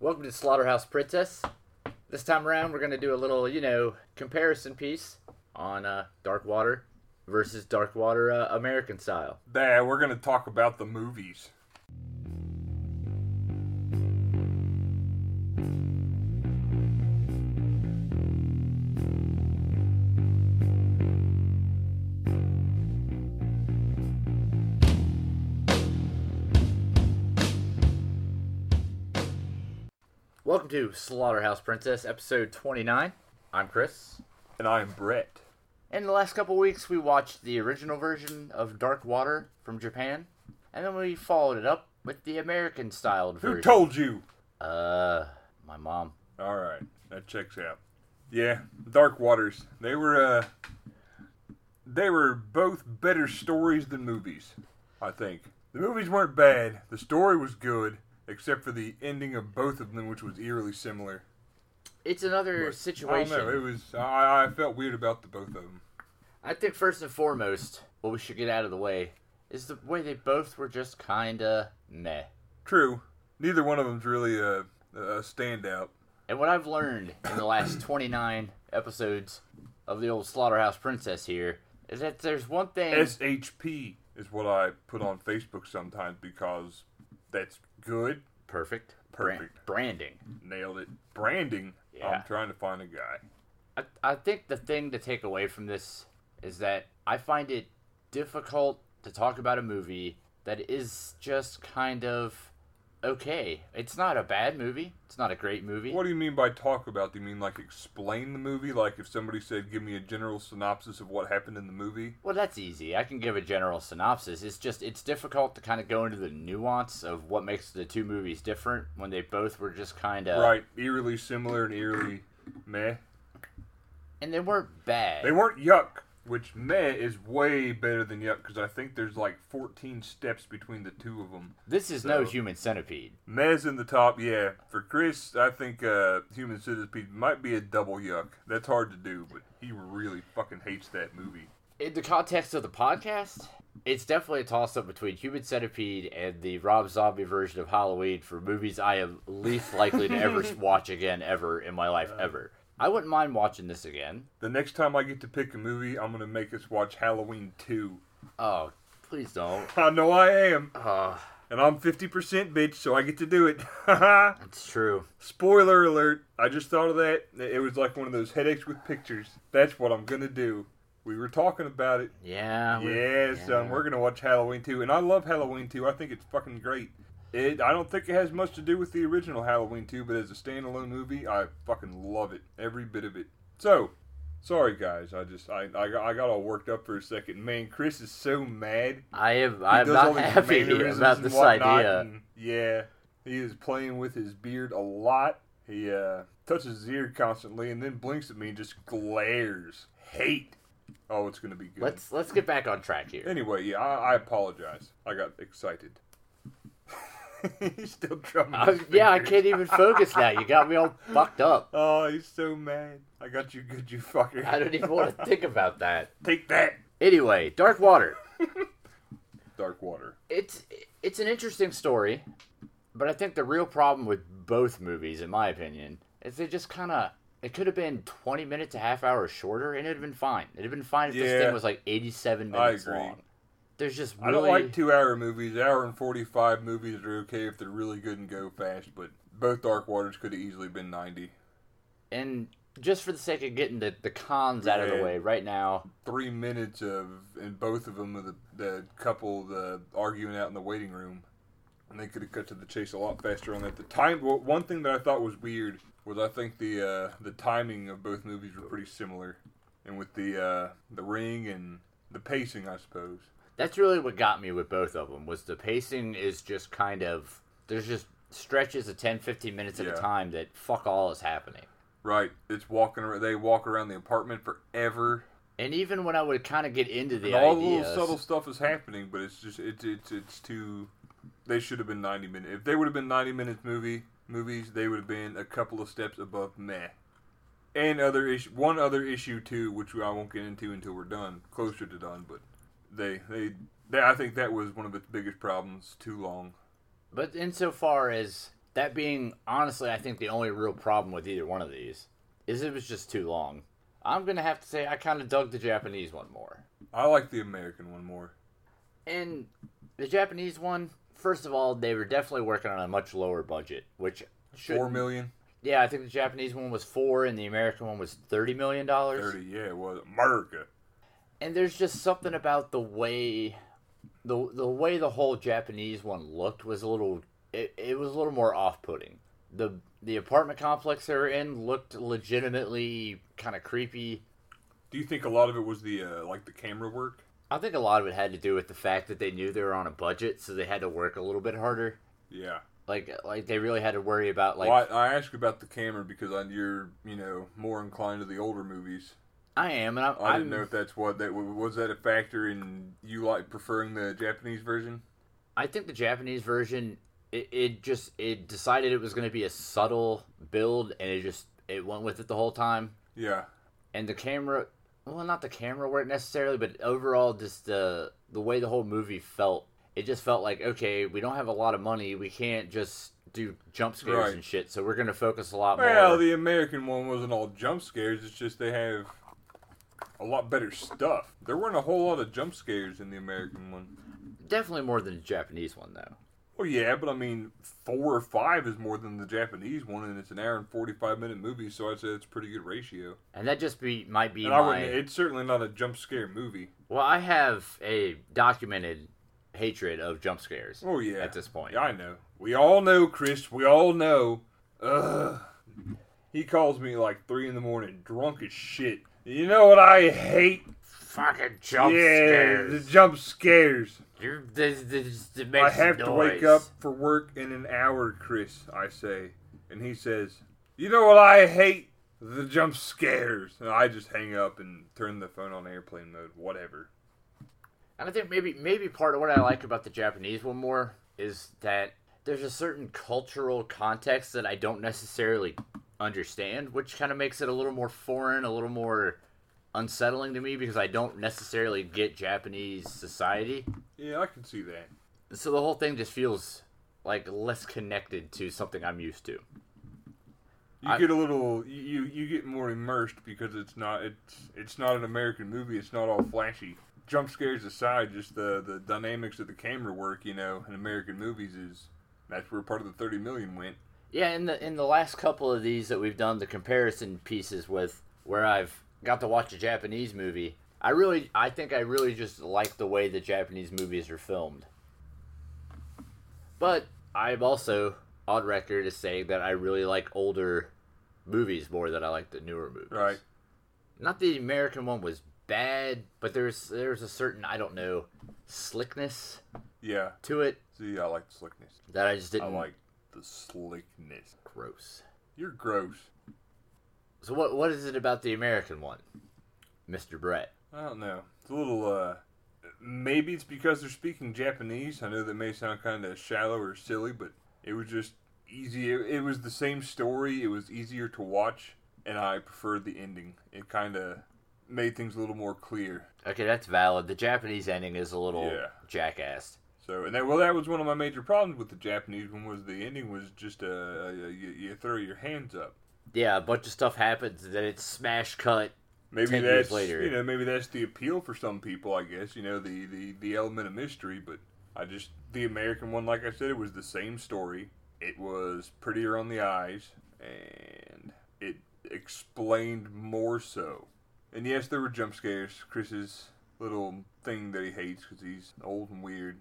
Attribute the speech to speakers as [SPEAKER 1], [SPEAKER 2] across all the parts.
[SPEAKER 1] Welcome to Slaughterhouse Princess. This time around, we're going to do a little, you know, comparison piece on uh, Dark Water versus Dark Water uh, American style.
[SPEAKER 2] There, we're gonna talk about the movies.
[SPEAKER 1] Welcome to Slaughterhouse Princess, episode 29. I'm Chris.
[SPEAKER 2] And I'm Brett.
[SPEAKER 1] In the last couple weeks, we watched the original version of Dark Water from Japan, and then we followed it up with the American styled
[SPEAKER 2] Who
[SPEAKER 1] version.
[SPEAKER 2] told you?
[SPEAKER 1] Uh, my mom.
[SPEAKER 2] All right, that checks out. Yeah, Dark Waters. They were uh, they were both better stories than movies. I think the movies weren't bad. The story was good, except for the ending of both of them, which was eerily similar.
[SPEAKER 1] It's another situation.
[SPEAKER 2] I don't know. It was. I, I felt weird about the both of them.
[SPEAKER 1] I think first and foremost, what we should get out of the way is the way they both were just kinda meh.
[SPEAKER 2] True. Neither one of them's really a, a standout.
[SPEAKER 1] And what I've learned in the last 29 episodes of the old Slaughterhouse Princess here is that there's one thing.
[SPEAKER 2] SHP is what I put on Facebook sometimes because that's good.
[SPEAKER 1] perfect.
[SPEAKER 2] Perfect.
[SPEAKER 1] branding.
[SPEAKER 2] Nailed it. Branding.
[SPEAKER 1] Yeah.
[SPEAKER 2] I'm trying to find a guy.
[SPEAKER 1] I, I think the thing to take away from this is that I find it difficult to talk about a movie that is just kind of okay. It's not a bad movie. It's not a great movie.
[SPEAKER 2] What do you mean by talk about? Do you mean like explain the movie? Like if somebody said, give me a general synopsis of what happened in the movie?
[SPEAKER 1] Well, that's easy. I can give a general synopsis. It's just it's difficult to kind of go into the nuance of what makes the two movies different when they both were just kind of
[SPEAKER 2] right. Eerily similar and eerily meh.
[SPEAKER 1] and they weren't bad.
[SPEAKER 2] They weren't yuck, which meh is way better than yuck because I think there's like 14 steps between the two of them.
[SPEAKER 1] this is no
[SPEAKER 2] so-
[SPEAKER 1] human centipede.
[SPEAKER 2] Mez in the top, yeah. For Chris, I think uh, Human Centipede might be a double yuck. That's hard to do, but he really fucking hates that movie.
[SPEAKER 1] In the context of the podcast, it's definitely a toss up between Human Centipede and the Rob Zombie version of Halloween for movies I am least likely to ever watch again ever in my life ever. I wouldn't mind watching this again.
[SPEAKER 2] The next time I get to pick a movie, I'm gonna make us watch Halloween 2.
[SPEAKER 1] Oh, please don't.
[SPEAKER 2] I know I am,
[SPEAKER 1] Oh,
[SPEAKER 2] and I'm 50% bitch, so I get to do it.
[SPEAKER 1] it's true.
[SPEAKER 2] Spoiler alert! I just thought of that. It was like one of those headaches with pictures. That's what I'm gonna do. We were talking about it.
[SPEAKER 1] Yeah. we-
[SPEAKER 2] Yeah, son, we're gonna watch Halloween 2, and I love Halloween 2. I think it's fucking great. It, I don't think it has much to do with the original Halloween 2, but as a standalone movie, I fucking love it, every bit of it. So, sorry guys, I just I I got, I got all worked up for a second. Man, Chris is so mad.
[SPEAKER 1] I am.
[SPEAKER 2] He
[SPEAKER 1] I'm
[SPEAKER 2] does
[SPEAKER 1] not
[SPEAKER 2] all these
[SPEAKER 1] happy
[SPEAKER 2] mannerisms
[SPEAKER 1] about
[SPEAKER 2] and
[SPEAKER 1] this
[SPEAKER 2] whatnot,
[SPEAKER 1] idea.
[SPEAKER 2] and yeah, he is playing with his beard a lot. He uh, touches his ear constantly, and then blinks at me and just glares hate. Oh, it's gonna be good.
[SPEAKER 1] Let's let's get back on track here.
[SPEAKER 2] Anyway, yeah, I, I apologize. I got excited. he's still drumming.
[SPEAKER 1] Uh,
[SPEAKER 2] his
[SPEAKER 1] yeah, I
[SPEAKER 2] fingers.
[SPEAKER 1] can't even focus now. You got me all fucked up.
[SPEAKER 2] Oh, he's so mad. I got you good, you fucker.
[SPEAKER 1] I don't even want to think about that.
[SPEAKER 2] Take that,
[SPEAKER 1] Anyway, Dark Water.
[SPEAKER 2] Dark Water.
[SPEAKER 1] It's it's an interesting story, but I think the real problem with both movies, in my opinion, is they just kind of. It could have been 20 minutes, a half hour shorter, and it'd have been fine. It'd have been fine if this
[SPEAKER 2] Yeah.
[SPEAKER 1] thing was like 87
[SPEAKER 2] I
[SPEAKER 1] minutes
[SPEAKER 2] agree.
[SPEAKER 1] long. There's just
[SPEAKER 2] I
[SPEAKER 1] really.
[SPEAKER 2] don't like two-hour movies. Hour and forty-five movies are okay if they're really good and go fast, but both Dark Waters could have easily been ninety.
[SPEAKER 1] and just for the sake of getting the, the cons out of the
[SPEAKER 2] Yeah.
[SPEAKER 1] way right now,
[SPEAKER 2] Three minutes of, and both of them, the, the couple, the arguing out in the waiting room. and they could have cut to the chase a lot faster on that. The time, well, one thing that I thought was weird was I think the uh, the timing of both movies were pretty similar, and with the uh, the ring and the pacing, I suppose.
[SPEAKER 1] that's really what got me with both of them was the pacing is just kind of there's just stretches of 10 15 minutes at
[SPEAKER 2] Yeah.
[SPEAKER 1] a time that fuck all is happening
[SPEAKER 2] Right, it's walking. ar- They walk around the apartment forever.
[SPEAKER 1] and even when i would kind of get into the
[SPEAKER 2] And all the
[SPEAKER 1] ideas
[SPEAKER 2] little subtle stuff is happening, but it's just it's it's it's too. They should have been ninety minutes. If they would have been ninety minutes movie movies, they would have been a couple of steps above meh. And other issue, one other issue too, which I won't get into until we're done, closer to done. But they they, they I think that was one of its biggest problems. Too long.
[SPEAKER 1] but insofar as That being honestly, I think the only real problem with either one of these is it was just too long. I'm gonna have to say I kind of dug the Japanese one more.
[SPEAKER 2] I like the American one more.
[SPEAKER 1] And the Japanese one, first of all, they were definitely working on a much lower budget, which should
[SPEAKER 2] Four million.
[SPEAKER 1] yeah, I think the Japanese one was four and the American one was thirty million dollars.
[SPEAKER 2] Thirty, yeah, it was America.
[SPEAKER 1] And there's just something about the way the the way the whole Japanese one looked was a little it, it was a little more off putting. The the apartment complex they were in looked legitimately kind of creepy.
[SPEAKER 2] Do you think a lot of it was the uh, like the camera work?
[SPEAKER 1] I think a lot of it had to do with the fact that they knew they were on a budget, so they had to work a little bit harder.
[SPEAKER 2] Yeah.
[SPEAKER 1] Like like they really had to worry about like
[SPEAKER 2] well, I, I ask about the camera because I, you're you know more inclined to the older movies.
[SPEAKER 1] I am, and I'm,
[SPEAKER 2] I
[SPEAKER 1] I'm-
[SPEAKER 2] didn't know if that's what that was that a factor in you like preferring the Japanese version.
[SPEAKER 1] I think the Japanese version it, it just it decided it was going to be a subtle build, and it just it went with it the whole time.
[SPEAKER 2] Yeah.
[SPEAKER 1] And the camera, well, not the camera work necessarily, but overall, just the the way the whole movie felt. It just felt like okay, we don't have a lot of money, we can't just do jump scares
[SPEAKER 2] Right.
[SPEAKER 1] and shit, so we're going to focus a lot
[SPEAKER 2] Well,
[SPEAKER 1] more.
[SPEAKER 2] the American one wasn't all jump scares. It's just they have a lot better stuff. There weren't a whole lot of jump scares in the American one.
[SPEAKER 1] Definitely more than the Japanese one though.
[SPEAKER 2] Well, yeah, but I mean, four or five is more than the Japanese one, and it's an hour and forty-five minute movie, so I'd say it's a pretty good ratio.
[SPEAKER 1] And that just be might be
[SPEAKER 2] And I
[SPEAKER 1] my
[SPEAKER 2] wouldn't, it's certainly not a jump scare movie.
[SPEAKER 1] well. I have a documented hatred of jump scares
[SPEAKER 2] Oh yeah,
[SPEAKER 1] at this point.
[SPEAKER 2] Yeah, I know. We all know, Chris. We all know. Ugh. He calls me like three in the morning, drunk as shit. You know what I hate?
[SPEAKER 1] Fucking jump
[SPEAKER 2] yeah,
[SPEAKER 1] scares.
[SPEAKER 2] the jump scares.
[SPEAKER 1] You're, this, this, this
[SPEAKER 2] I
[SPEAKER 1] makes
[SPEAKER 2] have to
[SPEAKER 1] noise.
[SPEAKER 2] wake up for work in an hour, Chris. I say, and he says, "You know what I hate? The jump scares." And I just hang up and turn the phone on airplane mode. Whatever.
[SPEAKER 1] And I think maybe maybe part of what I like about the Japanese one more is that there's a certain cultural context that I don't necessarily understand, which kind of makes it a little more foreign, a little more unsettling to me because I don't necessarily get Japanese society.
[SPEAKER 2] Yeah, I can see that.
[SPEAKER 1] So the whole thing just feels like less connected to something I'm used to.
[SPEAKER 2] You
[SPEAKER 1] I-
[SPEAKER 2] get a little, you you get more immersed because it's not it's it's not an American movie. It's not all flashy. Jump scares aside, just the the dynamics of the camera work, you know, in American movies is that's where part of the thirty million went.
[SPEAKER 1] Yeah, in the in the last couple of these that we've done the comparison pieces with where I've got to watch a Japanese movie, I really I think I really just like the way the Japanese movies are filmed. But I'm also on record as saying that I really like older movies more than I like the newer movies.
[SPEAKER 2] Right.
[SPEAKER 1] Not the American one was bad, but there's there's a certain I don't know slickness
[SPEAKER 2] Yeah.
[SPEAKER 1] to it
[SPEAKER 2] See, I like the slickness.
[SPEAKER 1] that I just
[SPEAKER 2] I
[SPEAKER 1] didn't
[SPEAKER 2] like the slickness.
[SPEAKER 1] Gross.
[SPEAKER 2] You're gross.
[SPEAKER 1] So what what is it about the American one, Mister Brett?
[SPEAKER 2] I don't know. It's a little, uh, maybe it's because they're speaking Japanese. I know that may sound kind of shallow or silly, but it was just easy. It was the same story. It was easier to watch, and I preferred the ending. It kind of made things a little more clear.
[SPEAKER 1] Okay, that's valid. The Japanese ending is a little
[SPEAKER 2] Yeah.
[SPEAKER 1] jackass.
[SPEAKER 2] So, and that well, that was one of my major problems with the Japanese one was the ending was just uh, uh, you, you throw your hands up.
[SPEAKER 1] Yeah, a bunch of stuff happens, then it's smash cut.
[SPEAKER 2] Maybe
[SPEAKER 1] 10 years
[SPEAKER 2] that's
[SPEAKER 1] later.
[SPEAKER 2] you know maybe that's the appeal for some people. I guess you know the the the element of mystery. But I just the American one, like I said, it was the same story. It was prettier on the eyes, and it explained more so. And yes, there were jump scares. Chris's little thing that he hates because he's old and weird.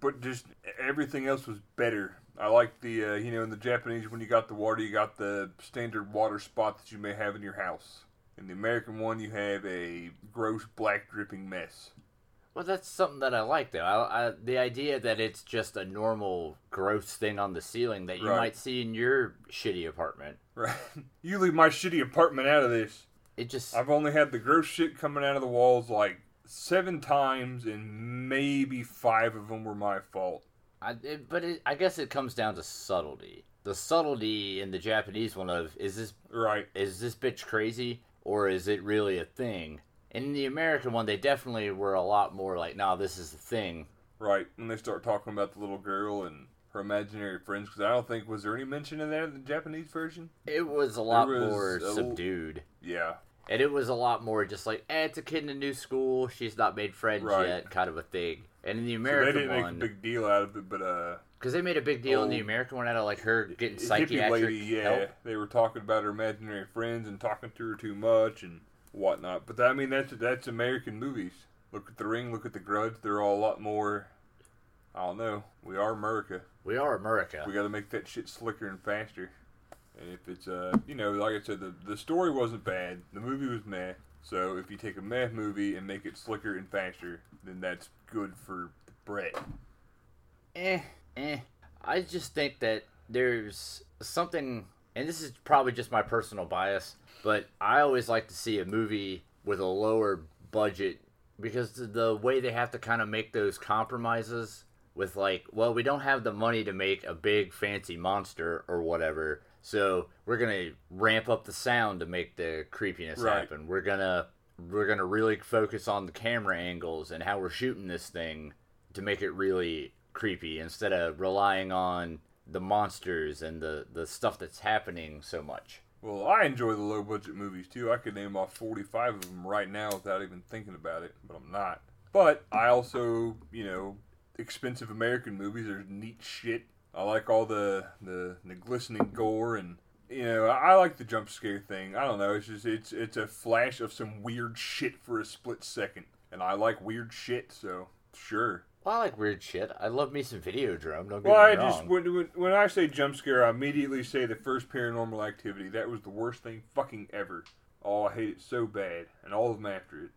[SPEAKER 2] But just everything else was better. I like the uh, you know in the Japanese when you got the water, you got the standard water spot that you may have in your house. In the American one, you have a gross black dripping mess.
[SPEAKER 1] Well, that's something that I like though. I, I, the idea that it's just a normal gross thing on the ceiling that you
[SPEAKER 2] Right.
[SPEAKER 1] might see in your shitty apartment.
[SPEAKER 2] Right? You leave my shitty apartment out of this.
[SPEAKER 1] It just
[SPEAKER 2] I've only had the gross shit coming out of the walls like seven times, and maybe five of them were my fault.
[SPEAKER 1] I, it, but it, I guess it comes down to subtlety. The subtlety in the Japanese one of is this
[SPEAKER 2] Right?
[SPEAKER 1] is this bitch crazy or is it really a thing? In the American one, they definitely were a lot more like, nah, this is the thing.
[SPEAKER 2] Right. When they start talking about the little girl and her imaginary friends because I don't think was there any mention of that in the Japanese version.
[SPEAKER 1] It was a lot
[SPEAKER 2] was
[SPEAKER 1] more
[SPEAKER 2] a l-
[SPEAKER 1] subdued.
[SPEAKER 2] Yeah,
[SPEAKER 1] And it was a lot more just like, eh, it's a kid in a new school. She's not made friends
[SPEAKER 2] Right.
[SPEAKER 1] yet, kind of a thing. And in the
[SPEAKER 2] so they
[SPEAKER 1] American
[SPEAKER 2] didn't make a
[SPEAKER 1] one,
[SPEAKER 2] big deal out of it, but uh,
[SPEAKER 1] because they made a big deal in the
[SPEAKER 2] Oh.
[SPEAKER 1] American one out of like her getting
[SPEAKER 2] hippie
[SPEAKER 1] psychiatric
[SPEAKER 2] lady, yeah,
[SPEAKER 1] help.
[SPEAKER 2] they were talking about her imaginary friends and talking to her too much and whatnot. But I mean, that's that's American movies. Look at The Ring, look at The Grudge. They're all a lot more. I don't know. We are America.
[SPEAKER 1] We are America.
[SPEAKER 2] We got to make that shit slicker and faster. And if it's uh, you know, like I said, the the story wasn't bad. The movie was meh. So if you take a meh movie and make it slicker and faster, then that's good for Brett.
[SPEAKER 1] eh, eh. I just think that there's something, and this is probably just my personal bias, but I always like to see a movie with a lower budget because the- the way they have to kind of make those compromises with, like, well, we don't have the money to make a big fancy monster or whatever, so we're gonna ramp up the sound to make the creepiness
[SPEAKER 2] Right.
[SPEAKER 1] happen. We're gonna we're gonna really focus on the camera angles and how we're shooting this thing to make it really creepy instead of relying on the monsters and the, the stuff that's happening so much.
[SPEAKER 2] Well, I enjoy the low budget movies too. I could name off 45 of them right now without even thinking about it, but I'm not. But I also, you know, expensive American movies are neat shit. I like all the the, the glistening gore and you know, I I like the jump scare thing. I don't know, it's just it's it's a flash of some weird shit for a split second. And I like weird shit, so sure.
[SPEAKER 1] Well, I like weird shit. I love me some video drum. Don't get
[SPEAKER 2] Well, I
[SPEAKER 1] me wrong.
[SPEAKER 2] just when, when when I say jump scare, I immediately say the first Paranormal Activity. That was the worst thing fucking ever. Oh, I hate it so bad, and all of them after it.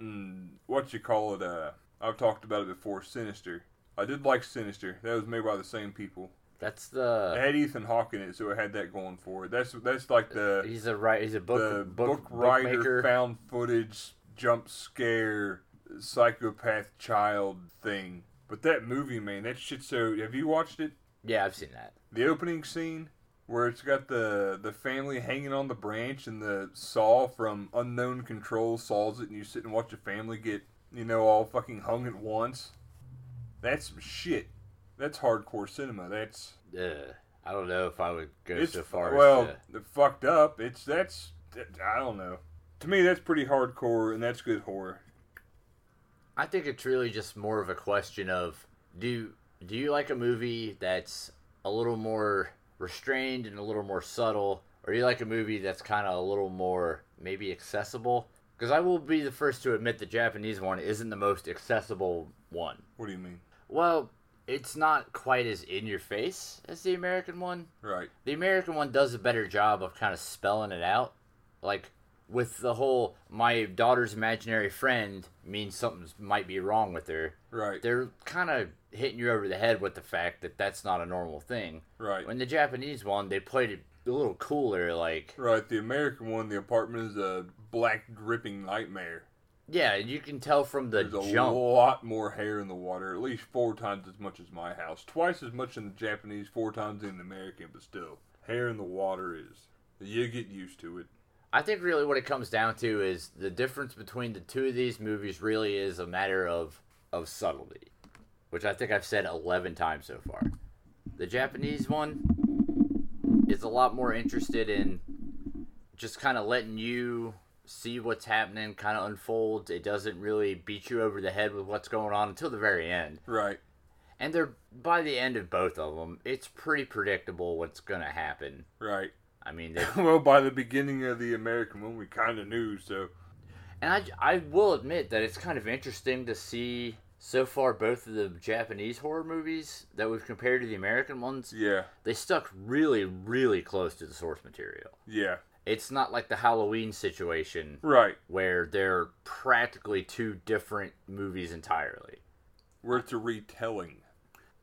[SPEAKER 2] Mm, what you call it? Uh, I've talked about it before. Sinister. I did like Sinister. That was made by the same people.
[SPEAKER 1] that's
[SPEAKER 2] It
[SPEAKER 1] the
[SPEAKER 2] had Ethan Hawke in it, so it had that going for it. That's that's like the
[SPEAKER 1] he's a right. He's a Uh, book
[SPEAKER 2] the
[SPEAKER 1] book,
[SPEAKER 2] book writer
[SPEAKER 1] bookmaker.
[SPEAKER 2] found footage jump scare psychopath child thing. But that movie, man, that shit. So have you watched it?
[SPEAKER 1] yeah, I've seen that.
[SPEAKER 2] the opening scene where it's got the the family hanging on the branch and the saw from unknown control saws it and you sit and watch a family get you know all fucking hung at once that's some shit that's hardcore cinema that's
[SPEAKER 1] Ugh. I don't know if I would go
[SPEAKER 2] it's
[SPEAKER 1] so far.
[SPEAKER 2] well
[SPEAKER 1] as to,
[SPEAKER 2] the fucked up it's that's that- i don't know to me that's pretty hardcore and that's good horror
[SPEAKER 1] I think it's really just more of a question of do do you like a movie that's a little more restrained and a little more subtle, or do you like a movie that's kind of a little more maybe accessible? Because I will be the first to admit the Japanese one isn't the most accessible one.
[SPEAKER 2] what do you mean
[SPEAKER 1] Well, it's not quite as in your face as the American one.
[SPEAKER 2] right
[SPEAKER 1] The American one does a better job of kind of spelling it out. Like with the whole my daughter's imaginary friend means something might be wrong with her.
[SPEAKER 2] right
[SPEAKER 1] They're kind of hitting you over the head with the fact that that's not a normal thing.
[SPEAKER 2] right
[SPEAKER 1] When the Japanese one, they played it a little cooler like
[SPEAKER 2] right the american one the apartment is a black dripping nightmare
[SPEAKER 1] yeah, and you can tell from the
[SPEAKER 2] There's a
[SPEAKER 1] jump.
[SPEAKER 2] lot more hair in the water, at least four times as much as my house. Twice as much in the Japanese, four times in the American, but still, hair in the water is. You get used to it.
[SPEAKER 1] I think really what it comes down to is the difference between the two of these movies really is a matter of of subtlety, which I think I've said 11 times so far. The Japanese one is a lot more interested in just kind of letting you see what's happening kind of unfold. It doesn't really beat you over the head with what's going on until the very end.
[SPEAKER 2] Right.
[SPEAKER 1] And they're by the end of both of them, it's pretty predictable what's going to happen.
[SPEAKER 2] Right.
[SPEAKER 1] I mean, they
[SPEAKER 2] well, by the beginning of the American one, we kind of knew, so.
[SPEAKER 1] And I, I will admit that it's kind of interesting to see so far both of the Japanese horror movies that we've compared to the American ones.
[SPEAKER 2] Yeah.
[SPEAKER 1] They stuck really, really close to the source material.
[SPEAKER 2] Yeah.
[SPEAKER 1] It's not like the Halloween situation
[SPEAKER 2] Right.
[SPEAKER 1] where they're practically two different movies entirely.
[SPEAKER 2] We're to retelling.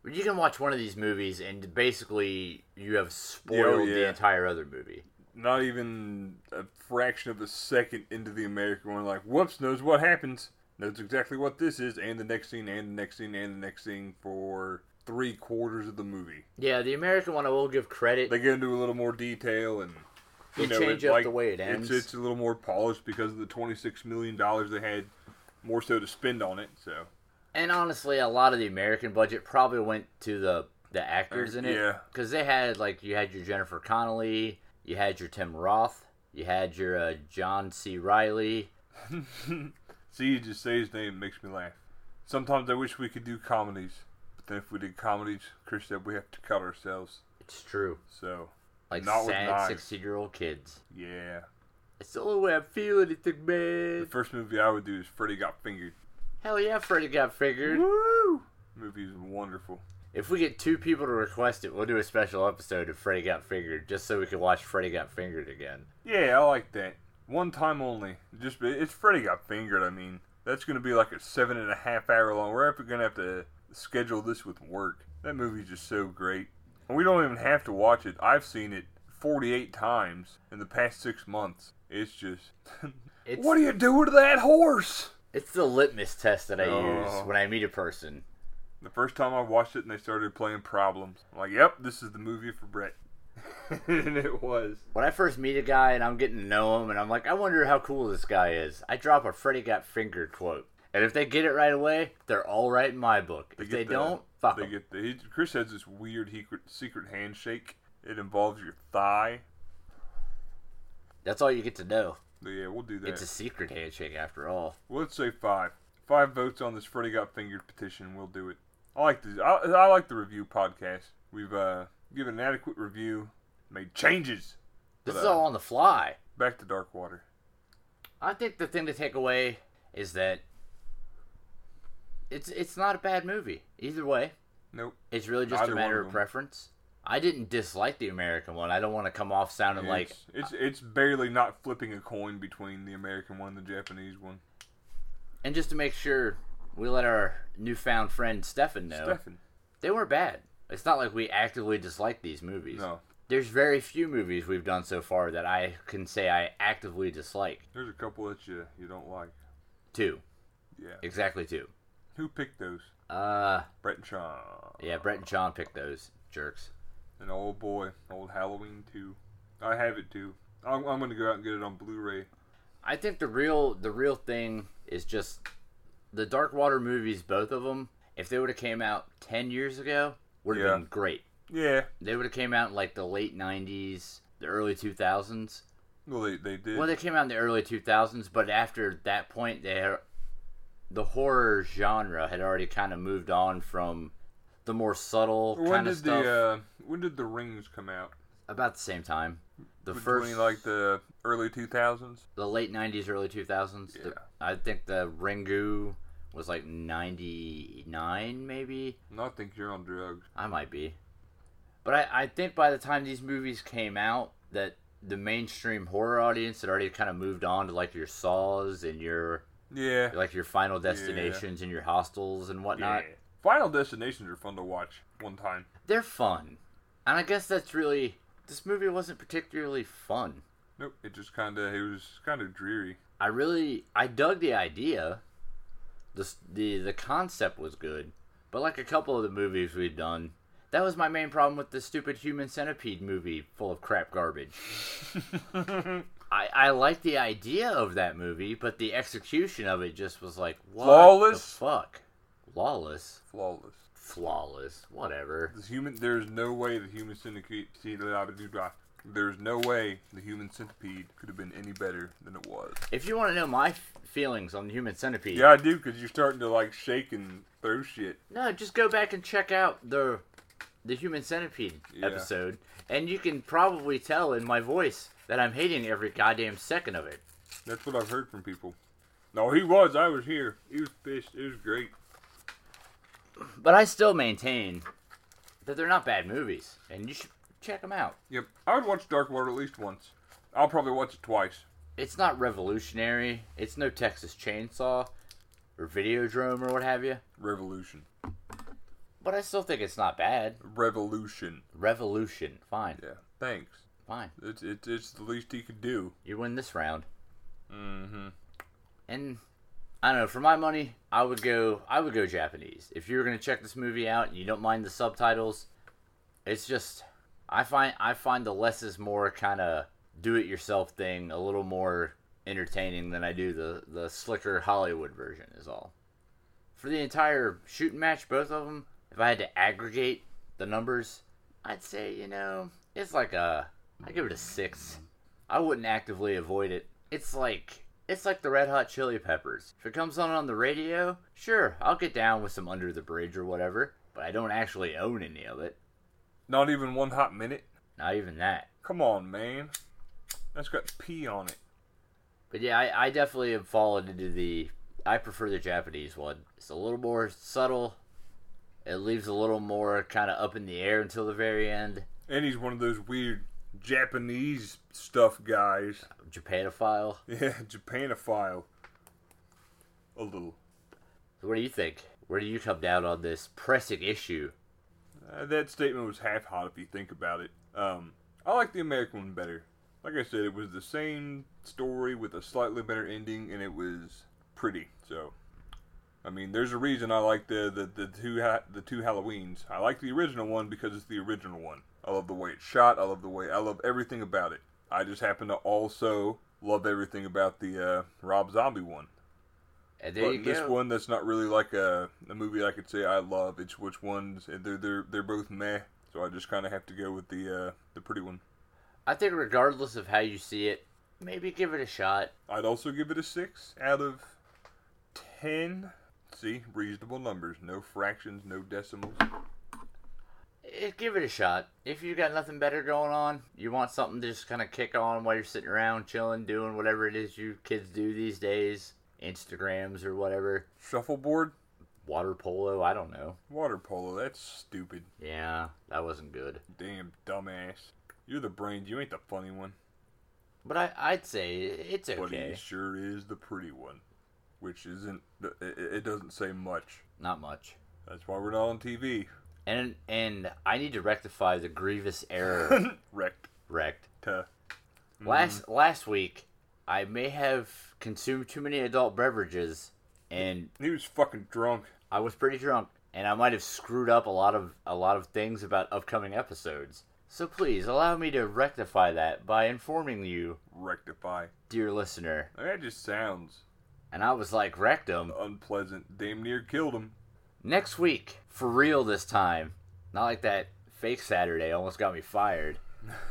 [SPEAKER 1] You can watch one of these movies and basically you have spoiled the
[SPEAKER 2] yeah.
[SPEAKER 1] entire other movie.
[SPEAKER 2] Not even a fraction of a second into the American one, like, whoops, knows what happens. Knows exactly what this is, and the next scene, and the next scene, and the next scene for three quarters of the movie.
[SPEAKER 1] Yeah, the American one I will give credit.
[SPEAKER 2] they get into a little more detail and
[SPEAKER 1] They change
[SPEAKER 2] it,
[SPEAKER 1] up the way it
[SPEAKER 2] it's-
[SPEAKER 1] ends.
[SPEAKER 2] It's, a little more polished because of the twenty six million dollars they had more so to spend on it. So
[SPEAKER 1] And honestly, a lot of the American budget probably went to the the actors in it.
[SPEAKER 2] Uh, Yeah.
[SPEAKER 1] Because they had like you had your Jennifer Connelly, you had your Tim Roth, you had your uh, John C. Riley.
[SPEAKER 2] See, you just say his name it makes me laugh. Sometimes I wish we could do comedies, but then if we did comedies, Chris said we have to cut ourselves.
[SPEAKER 1] It's true.
[SPEAKER 2] So
[SPEAKER 1] Like
[SPEAKER 2] Not with
[SPEAKER 1] sad
[SPEAKER 2] knives.
[SPEAKER 1] sixteen-year-old kids.
[SPEAKER 2] yeah,
[SPEAKER 1] It's the only way I feel anything,
[SPEAKER 2] the
[SPEAKER 1] man.
[SPEAKER 2] first movie I would do is Freddy Got Fingered.
[SPEAKER 1] Hell yeah, Freddy got figured.
[SPEAKER 2] Woo! Movie is wonderful.
[SPEAKER 1] If we get two people to request it, we'll do a special episode of Freddy Got Fingered just so we can watch Freddy Got Fingered again.
[SPEAKER 2] Yeah, I like that. One time only. Just it's Freddy got fingered. I mean, that's gonna be like a seven and a half hour long. We're actually gonna have to schedule this with work. That movie's just so great, and we don't even have to watch it. I've seen it forty eight times in the past six months. It's just,
[SPEAKER 1] It's,
[SPEAKER 2] what do you do to that horse?
[SPEAKER 1] it's the litmus test that I
[SPEAKER 2] Oh.
[SPEAKER 1] use when I meet a person.
[SPEAKER 2] The first time I watched it, and they started playing problems. I'm like, yep, this is the movie for Brett, and it was.
[SPEAKER 1] When I first meet a guy and I'm getting to know him and I'm like, I wonder how cool this guy is, I drop a Freddy Got Fingered quote. And if they get it right away, they're all right in my book. If
[SPEAKER 2] get
[SPEAKER 1] they
[SPEAKER 2] the-
[SPEAKER 1] don't, fuck
[SPEAKER 2] They
[SPEAKER 1] 'em.
[SPEAKER 2] get the he, Chris has this weird secret, secret handshake. It involves your thigh.
[SPEAKER 1] That's all you get to know.
[SPEAKER 2] But yeah, we'll do that.
[SPEAKER 1] It's a secret handshake after all.
[SPEAKER 2] Well, let's say five. Five votes on this Freddy Got Fingered petition. We'll do it. I like the I, I like the review podcast. We've uh, given an adequate review, made changes.
[SPEAKER 1] This
[SPEAKER 2] But,
[SPEAKER 1] is
[SPEAKER 2] uh,
[SPEAKER 1] all on the fly.
[SPEAKER 2] Back to Dark Water.
[SPEAKER 1] I think the thing to take away is that it's it's not a bad movie either way.
[SPEAKER 2] Nope.
[SPEAKER 1] It's really just
[SPEAKER 2] Neither
[SPEAKER 1] a
[SPEAKER 2] one
[SPEAKER 1] matter
[SPEAKER 2] of
[SPEAKER 1] of
[SPEAKER 2] them.
[SPEAKER 1] preference. I didn't dislike the American one. I don't want to come off sounding like
[SPEAKER 2] it's, it's it's barely not flipping a coin between the American one and the Japanese one.
[SPEAKER 1] and just to make sure we let our newfound friend Stefan know
[SPEAKER 2] Stefan.
[SPEAKER 1] they weren't bad. It's not like we actively dislike these movies.
[SPEAKER 2] No,
[SPEAKER 1] There's very few movies we've done so far that I can say I actively dislike.
[SPEAKER 2] there's a couple that you you don't like.
[SPEAKER 1] Two.
[SPEAKER 2] Yeah.
[SPEAKER 1] Exactly two.
[SPEAKER 2] Who picked those?
[SPEAKER 1] Uh
[SPEAKER 2] Brett and Sean.
[SPEAKER 1] yeah, Brett and John picked those jerks.
[SPEAKER 2] And old boy, old Halloween 2. I have it too. I'm, I'm gonna go out and get it on Blu-ray.
[SPEAKER 1] I think the real the real thing is just the Dark Water movies, both of them. If they would have came out ten years ago, would have
[SPEAKER 2] Yeah.
[SPEAKER 1] been great.
[SPEAKER 2] Yeah.
[SPEAKER 1] They would have came out in like the late '90s, the early 2000s.
[SPEAKER 2] Well, they, they did.
[SPEAKER 1] Well, they came out in the early 2000s, but after that point, they had- the horror genre had already kind of moved on from the more subtle
[SPEAKER 2] when
[SPEAKER 1] kind
[SPEAKER 2] did
[SPEAKER 1] of stuff.
[SPEAKER 2] the uh, when did the rings come out?
[SPEAKER 1] About the same time, the
[SPEAKER 2] Between
[SPEAKER 1] first
[SPEAKER 2] like the early 2000s.
[SPEAKER 1] the late '90s, early 2000s. The-
[SPEAKER 2] Yeah.
[SPEAKER 1] I think the Ringu was like '99, maybe.
[SPEAKER 2] And I think you're on drugs.
[SPEAKER 1] I might be, but I, I think by the time these movies came out, that the mainstream horror audience had already kind of moved on to like your Saws and your
[SPEAKER 2] Yeah.
[SPEAKER 1] like your Final Destinations and your Hostels and whatnot.
[SPEAKER 2] Yeah. Final Destinations are fun to watch. One time.
[SPEAKER 1] They're fun, and I guess that's really this movie wasn't particularly fun.
[SPEAKER 2] Nope. It just kind of it was kind of dreary.
[SPEAKER 1] I really I dug the idea. The s- the the concept was good, but like a couple of the movies we've done, that was my main problem with the stupid human centipede movie full of crap garbage. I I like the idea of that movie, but the execution of it just was like what
[SPEAKER 2] Flawless?
[SPEAKER 1] the fuck, lawless,
[SPEAKER 2] Flawless.
[SPEAKER 1] flawless, whatever.
[SPEAKER 2] The human. There's no way the human centipede. There's no way the human centipede could have been any better than it was.
[SPEAKER 1] If you want to know my f- feelings on the human centipede,
[SPEAKER 2] Yeah, I do, because you're starting to like shake and throw shit.
[SPEAKER 1] No, just go back and check out the the human centipede
[SPEAKER 2] Yeah.
[SPEAKER 1] episode, and you can probably tell in my voice that I'm hating every goddamn second of it.
[SPEAKER 2] That's what I've heard from people. No, he was. I was here. He was pissed. It was great.
[SPEAKER 1] But I still maintain that they're not bad movies, and you should check them out.
[SPEAKER 2] Yep. I would watch Dark Water at least once. I'll probably watch it twice.
[SPEAKER 1] It's not revolutionary. It's no Texas Chainsaw or Videodrome or what have you.
[SPEAKER 2] Revolution.
[SPEAKER 1] But I still think it's not bad.
[SPEAKER 2] Revolution.
[SPEAKER 1] Revolution, fine,
[SPEAKER 2] Yeah. Thanks.
[SPEAKER 1] fine.
[SPEAKER 2] It's it's, it's the least he could do.
[SPEAKER 1] You win this round.
[SPEAKER 2] Mm-hmm.
[SPEAKER 1] and I don't know. For my money, I would go. I would go Japanese. If you were gonna check this movie out and you don't mind the subtitles, it's just I find I find the less is more kind of do-it-yourself thing a little more entertaining than I do the the slicker Hollywood version. Is all. For the entire shooting match, both of them. If I had to aggregate the numbers, I'd say you know it's like a I give it a six. I wouldn't actively avoid it. It's like it's like the Red Hot Chili Peppers. If it comes on on the radio, sure, I'll get down with some Under the Bridge or whatever, but I don't actually own any of it.
[SPEAKER 2] Not even one hot minute.
[SPEAKER 1] Not even that.
[SPEAKER 2] Come on, man. That's got pee on it.
[SPEAKER 1] But yeah, I, I definitely have fallen into the. I prefer the Japanese one. It's a little more subtle. It leaves a little more kind of up in the air until the very end.
[SPEAKER 2] And he's one of those weird Japanese stuff guys.
[SPEAKER 1] Japanophile.
[SPEAKER 2] Yeah, Japanophile. A little.
[SPEAKER 1] So what do you think? Where do you come down on this pressing issue?
[SPEAKER 2] Uh, that statement was half hot if you think about it. Um, I like the American one better. Like I said, it was the same story with a slightly better ending, and it was pretty. So, I mean, there's a reason I like the the, the two ha- the two Halloweens. I like the original one because it's the original one. I love the way it's shot. I love the way I love everything about it. I just happen to also love everything about the uh, Rob Zombie one.
[SPEAKER 1] And there
[SPEAKER 2] but
[SPEAKER 1] you
[SPEAKER 2] this
[SPEAKER 1] go.
[SPEAKER 2] one that's not really like a, a movie I could say I love. It's which ones and they're they're they're both meh. So I just kind of have to go with the uh, the pretty one.
[SPEAKER 1] I think regardless of how you see it, maybe give it a shot.
[SPEAKER 2] I'd also give it a six out of ten. See, reasonable numbers, no fractions, no decimals.
[SPEAKER 1] Eh, give it a shot. If you got nothing better going on, you want something to just kind of kick on while you're sitting around chilling, doing whatever it is you kids do these days, Instagrams or whatever,
[SPEAKER 2] Shuffleboard,
[SPEAKER 1] water polo, I don't know.
[SPEAKER 2] water polo. That's stupid.
[SPEAKER 1] Yeah, that wasn't good.
[SPEAKER 2] Damn dumbass. You're the brains. You ain't the funny one.
[SPEAKER 1] But I, I'd say it's
[SPEAKER 2] But
[SPEAKER 1] okay.
[SPEAKER 2] he sure is the pretty one, which isn't. It, it doesn't say much.
[SPEAKER 1] Not much.
[SPEAKER 2] That's why we're not on TV.
[SPEAKER 1] And and I need to rectify the grievous error
[SPEAKER 2] Wrecked.
[SPEAKER 1] wrecked.
[SPEAKER 2] to
[SPEAKER 1] Last last week, I may have consumed too many adult beverages, and
[SPEAKER 2] He was fucking drunk.
[SPEAKER 1] I was pretty drunk, and I might have screwed up a lot of a lot of things about upcoming episodes. So please allow me to rectify that by informing you,
[SPEAKER 2] Rectify.
[SPEAKER 1] dear listener.
[SPEAKER 2] That just sounds
[SPEAKER 1] And I was like, rectum.
[SPEAKER 2] unpleasant. Damn near killed him.
[SPEAKER 1] Next week, for real this time. Not like that fake Saturday almost got me fired.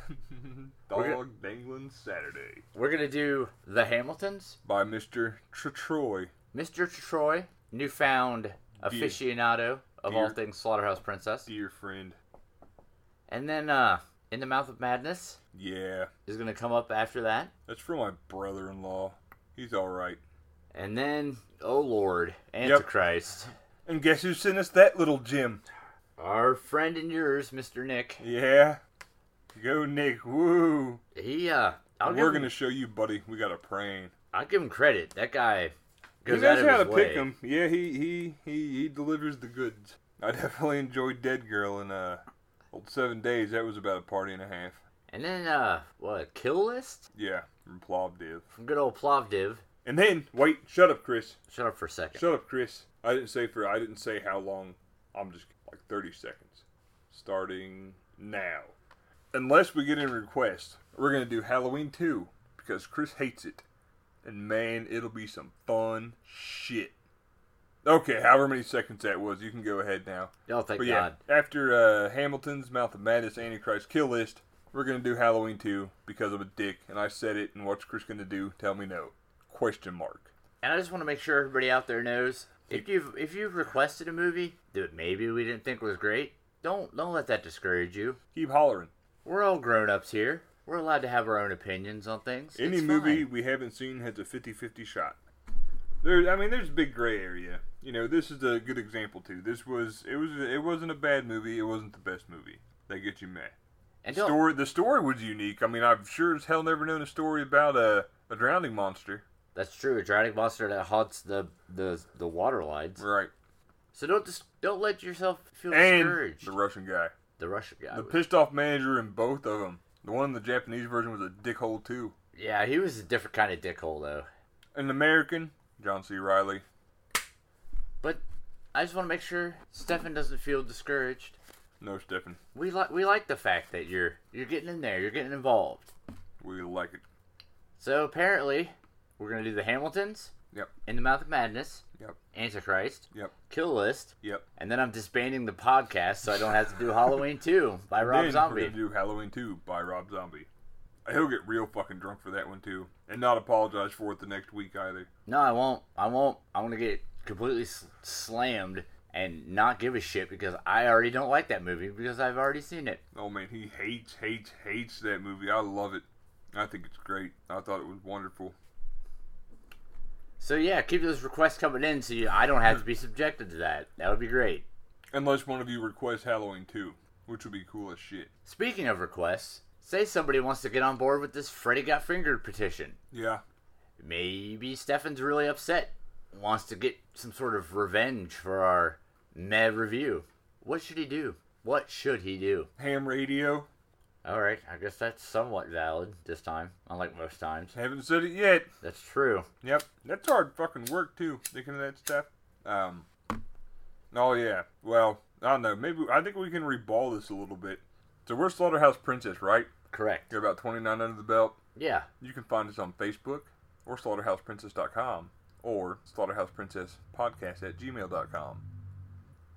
[SPEAKER 2] Dog
[SPEAKER 1] gonna-
[SPEAKER 2] Dangling Saturday.
[SPEAKER 1] We're gonna do the Hamiltons,
[SPEAKER 2] By Mr. Troy.
[SPEAKER 1] Mr. Troy, newfound aficionado of all
[SPEAKER 2] Dear-
[SPEAKER 1] things Slaughterhouse Princess,
[SPEAKER 2] Dear friend.
[SPEAKER 1] and then uh, in the mouth of madness
[SPEAKER 2] Yeah.
[SPEAKER 1] is gonna come up after that,
[SPEAKER 2] That's from my brother in law. He's alright.
[SPEAKER 1] and then oh lord, Antichrist,
[SPEAKER 2] And guess who sent us that little gem?
[SPEAKER 1] our friend and yours, Mr. Nick.
[SPEAKER 2] Yeah. Go Nick. Woo.
[SPEAKER 1] He uh, I'll
[SPEAKER 2] We're
[SPEAKER 1] give
[SPEAKER 2] gonna
[SPEAKER 1] him,
[SPEAKER 2] show you, buddy. We got a praying.
[SPEAKER 1] I'll give him credit. That guy
[SPEAKER 2] He
[SPEAKER 1] goes out
[SPEAKER 2] knows
[SPEAKER 1] of
[SPEAKER 2] how to
[SPEAKER 1] his way.
[SPEAKER 2] pick him. Yeah, he, he he he delivers the goods. I definitely enjoyed Dead Girl and uh, old Seven Days. That was about a party and a half.
[SPEAKER 1] And then uh, what kill list
[SPEAKER 2] Yeah, from Plovdiv.
[SPEAKER 1] from good old Plovdiv.
[SPEAKER 2] And then wait, shut up, Chris.
[SPEAKER 1] Shut up for a second.
[SPEAKER 2] Shut up, Chris. I didn't say for. I didn't say how long. I'm just like 30 seconds, starting now. Unless we get in request, we're gonna do Halloween two because Chris hates it, and man, it'll be some fun shit. Okay, however many seconds that was, you can go ahead now.
[SPEAKER 1] oh, thank
[SPEAKER 2] But yeah,
[SPEAKER 1] God.
[SPEAKER 2] after uh, Hamilton's Mouth of Madness Antichrist kill list, we're gonna do Halloween two because I'm a dick and I said it. And what's Chris gonna do? Tell me no? Question mark.
[SPEAKER 1] And I just want to make sure everybody out there knows if you've if you've requested a movie that maybe we didn't think was great, don't don't let that discourage you.
[SPEAKER 2] Keep hollering.
[SPEAKER 1] We're all grown ups here. We're allowed to have our own opinions on things.
[SPEAKER 2] Any
[SPEAKER 1] It's
[SPEAKER 2] movie
[SPEAKER 1] fine.
[SPEAKER 2] we haven't seen has a 50-50 shot. There, I mean, there's a big gray area. You know, this is a good example too. This was it was it wasn't a bad movie. It wasn't the best movie. That gets you mad.
[SPEAKER 1] and don't
[SPEAKER 2] Story the story was unique. I mean, I've sure as hell never known a story about a a drowning monster.
[SPEAKER 1] that's true. A drowning monster that haunts the the the water lines.
[SPEAKER 2] Right.
[SPEAKER 1] So don't just don't let yourself feel
[SPEAKER 2] And
[SPEAKER 1] discouraged.
[SPEAKER 2] the
[SPEAKER 1] The,
[SPEAKER 2] Russian guy.
[SPEAKER 1] Russian guy.
[SPEAKER 2] The
[SPEAKER 1] was-
[SPEAKER 2] pissed off manager in both of them. The one in the Japanese version was a dickhole too.
[SPEAKER 1] yeah, he was a different kind of dickhole though.
[SPEAKER 2] An American, John C. Riley.
[SPEAKER 1] But I just want to make sure Stefan doesn't feel discouraged.
[SPEAKER 2] No, Stefan,
[SPEAKER 1] We like we like the fact that you're you're getting in there. You're getting involved.
[SPEAKER 2] we like it.
[SPEAKER 1] So apparently, we're gonna do the Hamiltons,
[SPEAKER 2] Yep.
[SPEAKER 1] In the Mouth of Madness.
[SPEAKER 2] Yep.
[SPEAKER 1] Antichrist.
[SPEAKER 2] Yep.
[SPEAKER 1] Kill List.
[SPEAKER 2] Yep.
[SPEAKER 1] And then I'm disbanding the podcast so I don't have to do Halloween 2 by Rob
[SPEAKER 2] Then We're
[SPEAKER 1] Zombie.
[SPEAKER 2] gonna do Halloween 2 by Rob Zombie. He'll get real fucking drunk for that one too, and not apologize for it the next week either.
[SPEAKER 1] No, I won't. I won't. I'm gonna get completely s- slammed and not give a shit because I already don't like that movie because I've already seen it.
[SPEAKER 2] Oh man, he hates, hates, hates that movie. I love it. I think it's great. I thought it was wonderful.
[SPEAKER 1] So yeah, keep those requests coming in so you, I don't have to be subjected to that. That would be great.
[SPEAKER 2] Unless one of you requests Halloween 2, which would be cool as shit.
[SPEAKER 1] Speaking of requests, say somebody wants to get on board with this Freddy Got Fingered petition.
[SPEAKER 2] Yeah.
[SPEAKER 1] Maybe Stefan's really upset, wants to get some sort of revenge for our mad review. What should he do? What should he do?
[SPEAKER 2] Ham radio.
[SPEAKER 1] All right, I guess that's somewhat valid this time, unlike most times.
[SPEAKER 2] Haven't said it yet.
[SPEAKER 1] That's true.
[SPEAKER 2] Yep. That's hard fucking work too, thinking of that stuff. Um Oh yeah. Well, I don't know. Maybe I think we can reball this a little bit. So we're Slaughterhouse Princess, right?
[SPEAKER 1] Correct.
[SPEAKER 2] You're about twenty nine under the belt.
[SPEAKER 1] Yeah.
[SPEAKER 2] You can find us on Facebook or slaughterhouseprincess.com or slaughterhouseprincesspodcast at gmail.com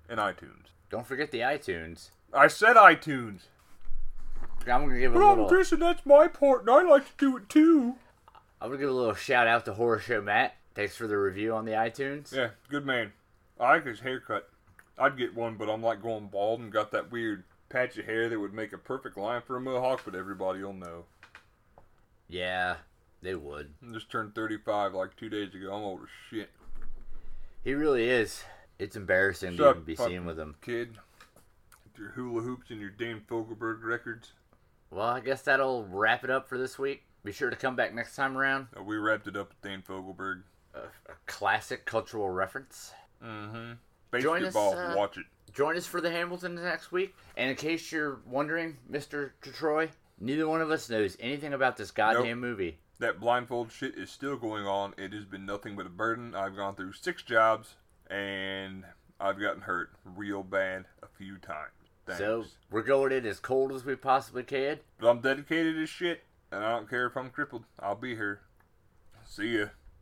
[SPEAKER 2] and iTunes.
[SPEAKER 1] Don't forget the iTunes.
[SPEAKER 2] I said iTunes.
[SPEAKER 1] I'm gonna give a
[SPEAKER 2] But I'm
[SPEAKER 1] little.
[SPEAKER 2] Chris and that's my part and I like to do it too.
[SPEAKER 1] I'm gonna give a little shout out to Horror Show Matt. Thanks for the review on the iTunes.
[SPEAKER 2] Yeah, good man. I like his haircut. I'd get one, but I'm like going bald and got that weird patch of hair that would make a perfect line for a mohawk, but everybody'll know.
[SPEAKER 1] Yeah, they would.
[SPEAKER 2] I just turned 35 like two days ago. I'm old as shit.
[SPEAKER 1] He really is. It's embarrassing to
[SPEAKER 2] Shut
[SPEAKER 1] even be
[SPEAKER 2] fuck-
[SPEAKER 1] seen with him.
[SPEAKER 2] Kid, with your hula hoops and your Dan Fogelberg records.
[SPEAKER 1] Well, I guess that'll wrap it up for this week. Be sure to come back next time around.
[SPEAKER 2] Uh, we wrapped it up with Dan Fogelberg.
[SPEAKER 1] A, a classic cultural reference.
[SPEAKER 2] Mm-hmm.
[SPEAKER 1] Join us,
[SPEAKER 2] Basketball,
[SPEAKER 1] uh,
[SPEAKER 2] watch it.
[SPEAKER 1] Join us for the Hamiltons next week. And in case you're wondering, Mr. Troy, neither one of us knows anything about this goddamn movie.
[SPEAKER 2] That blindfold shit is still going on. It has been nothing but a burden. I've gone through six jobs, and I've gotten hurt real bad a few times. Thanks.
[SPEAKER 1] So we're going in as cold as we possibly can.
[SPEAKER 2] But I'm dedicated as shit, and I don't care if I'm crippled. I'll be here. See ya.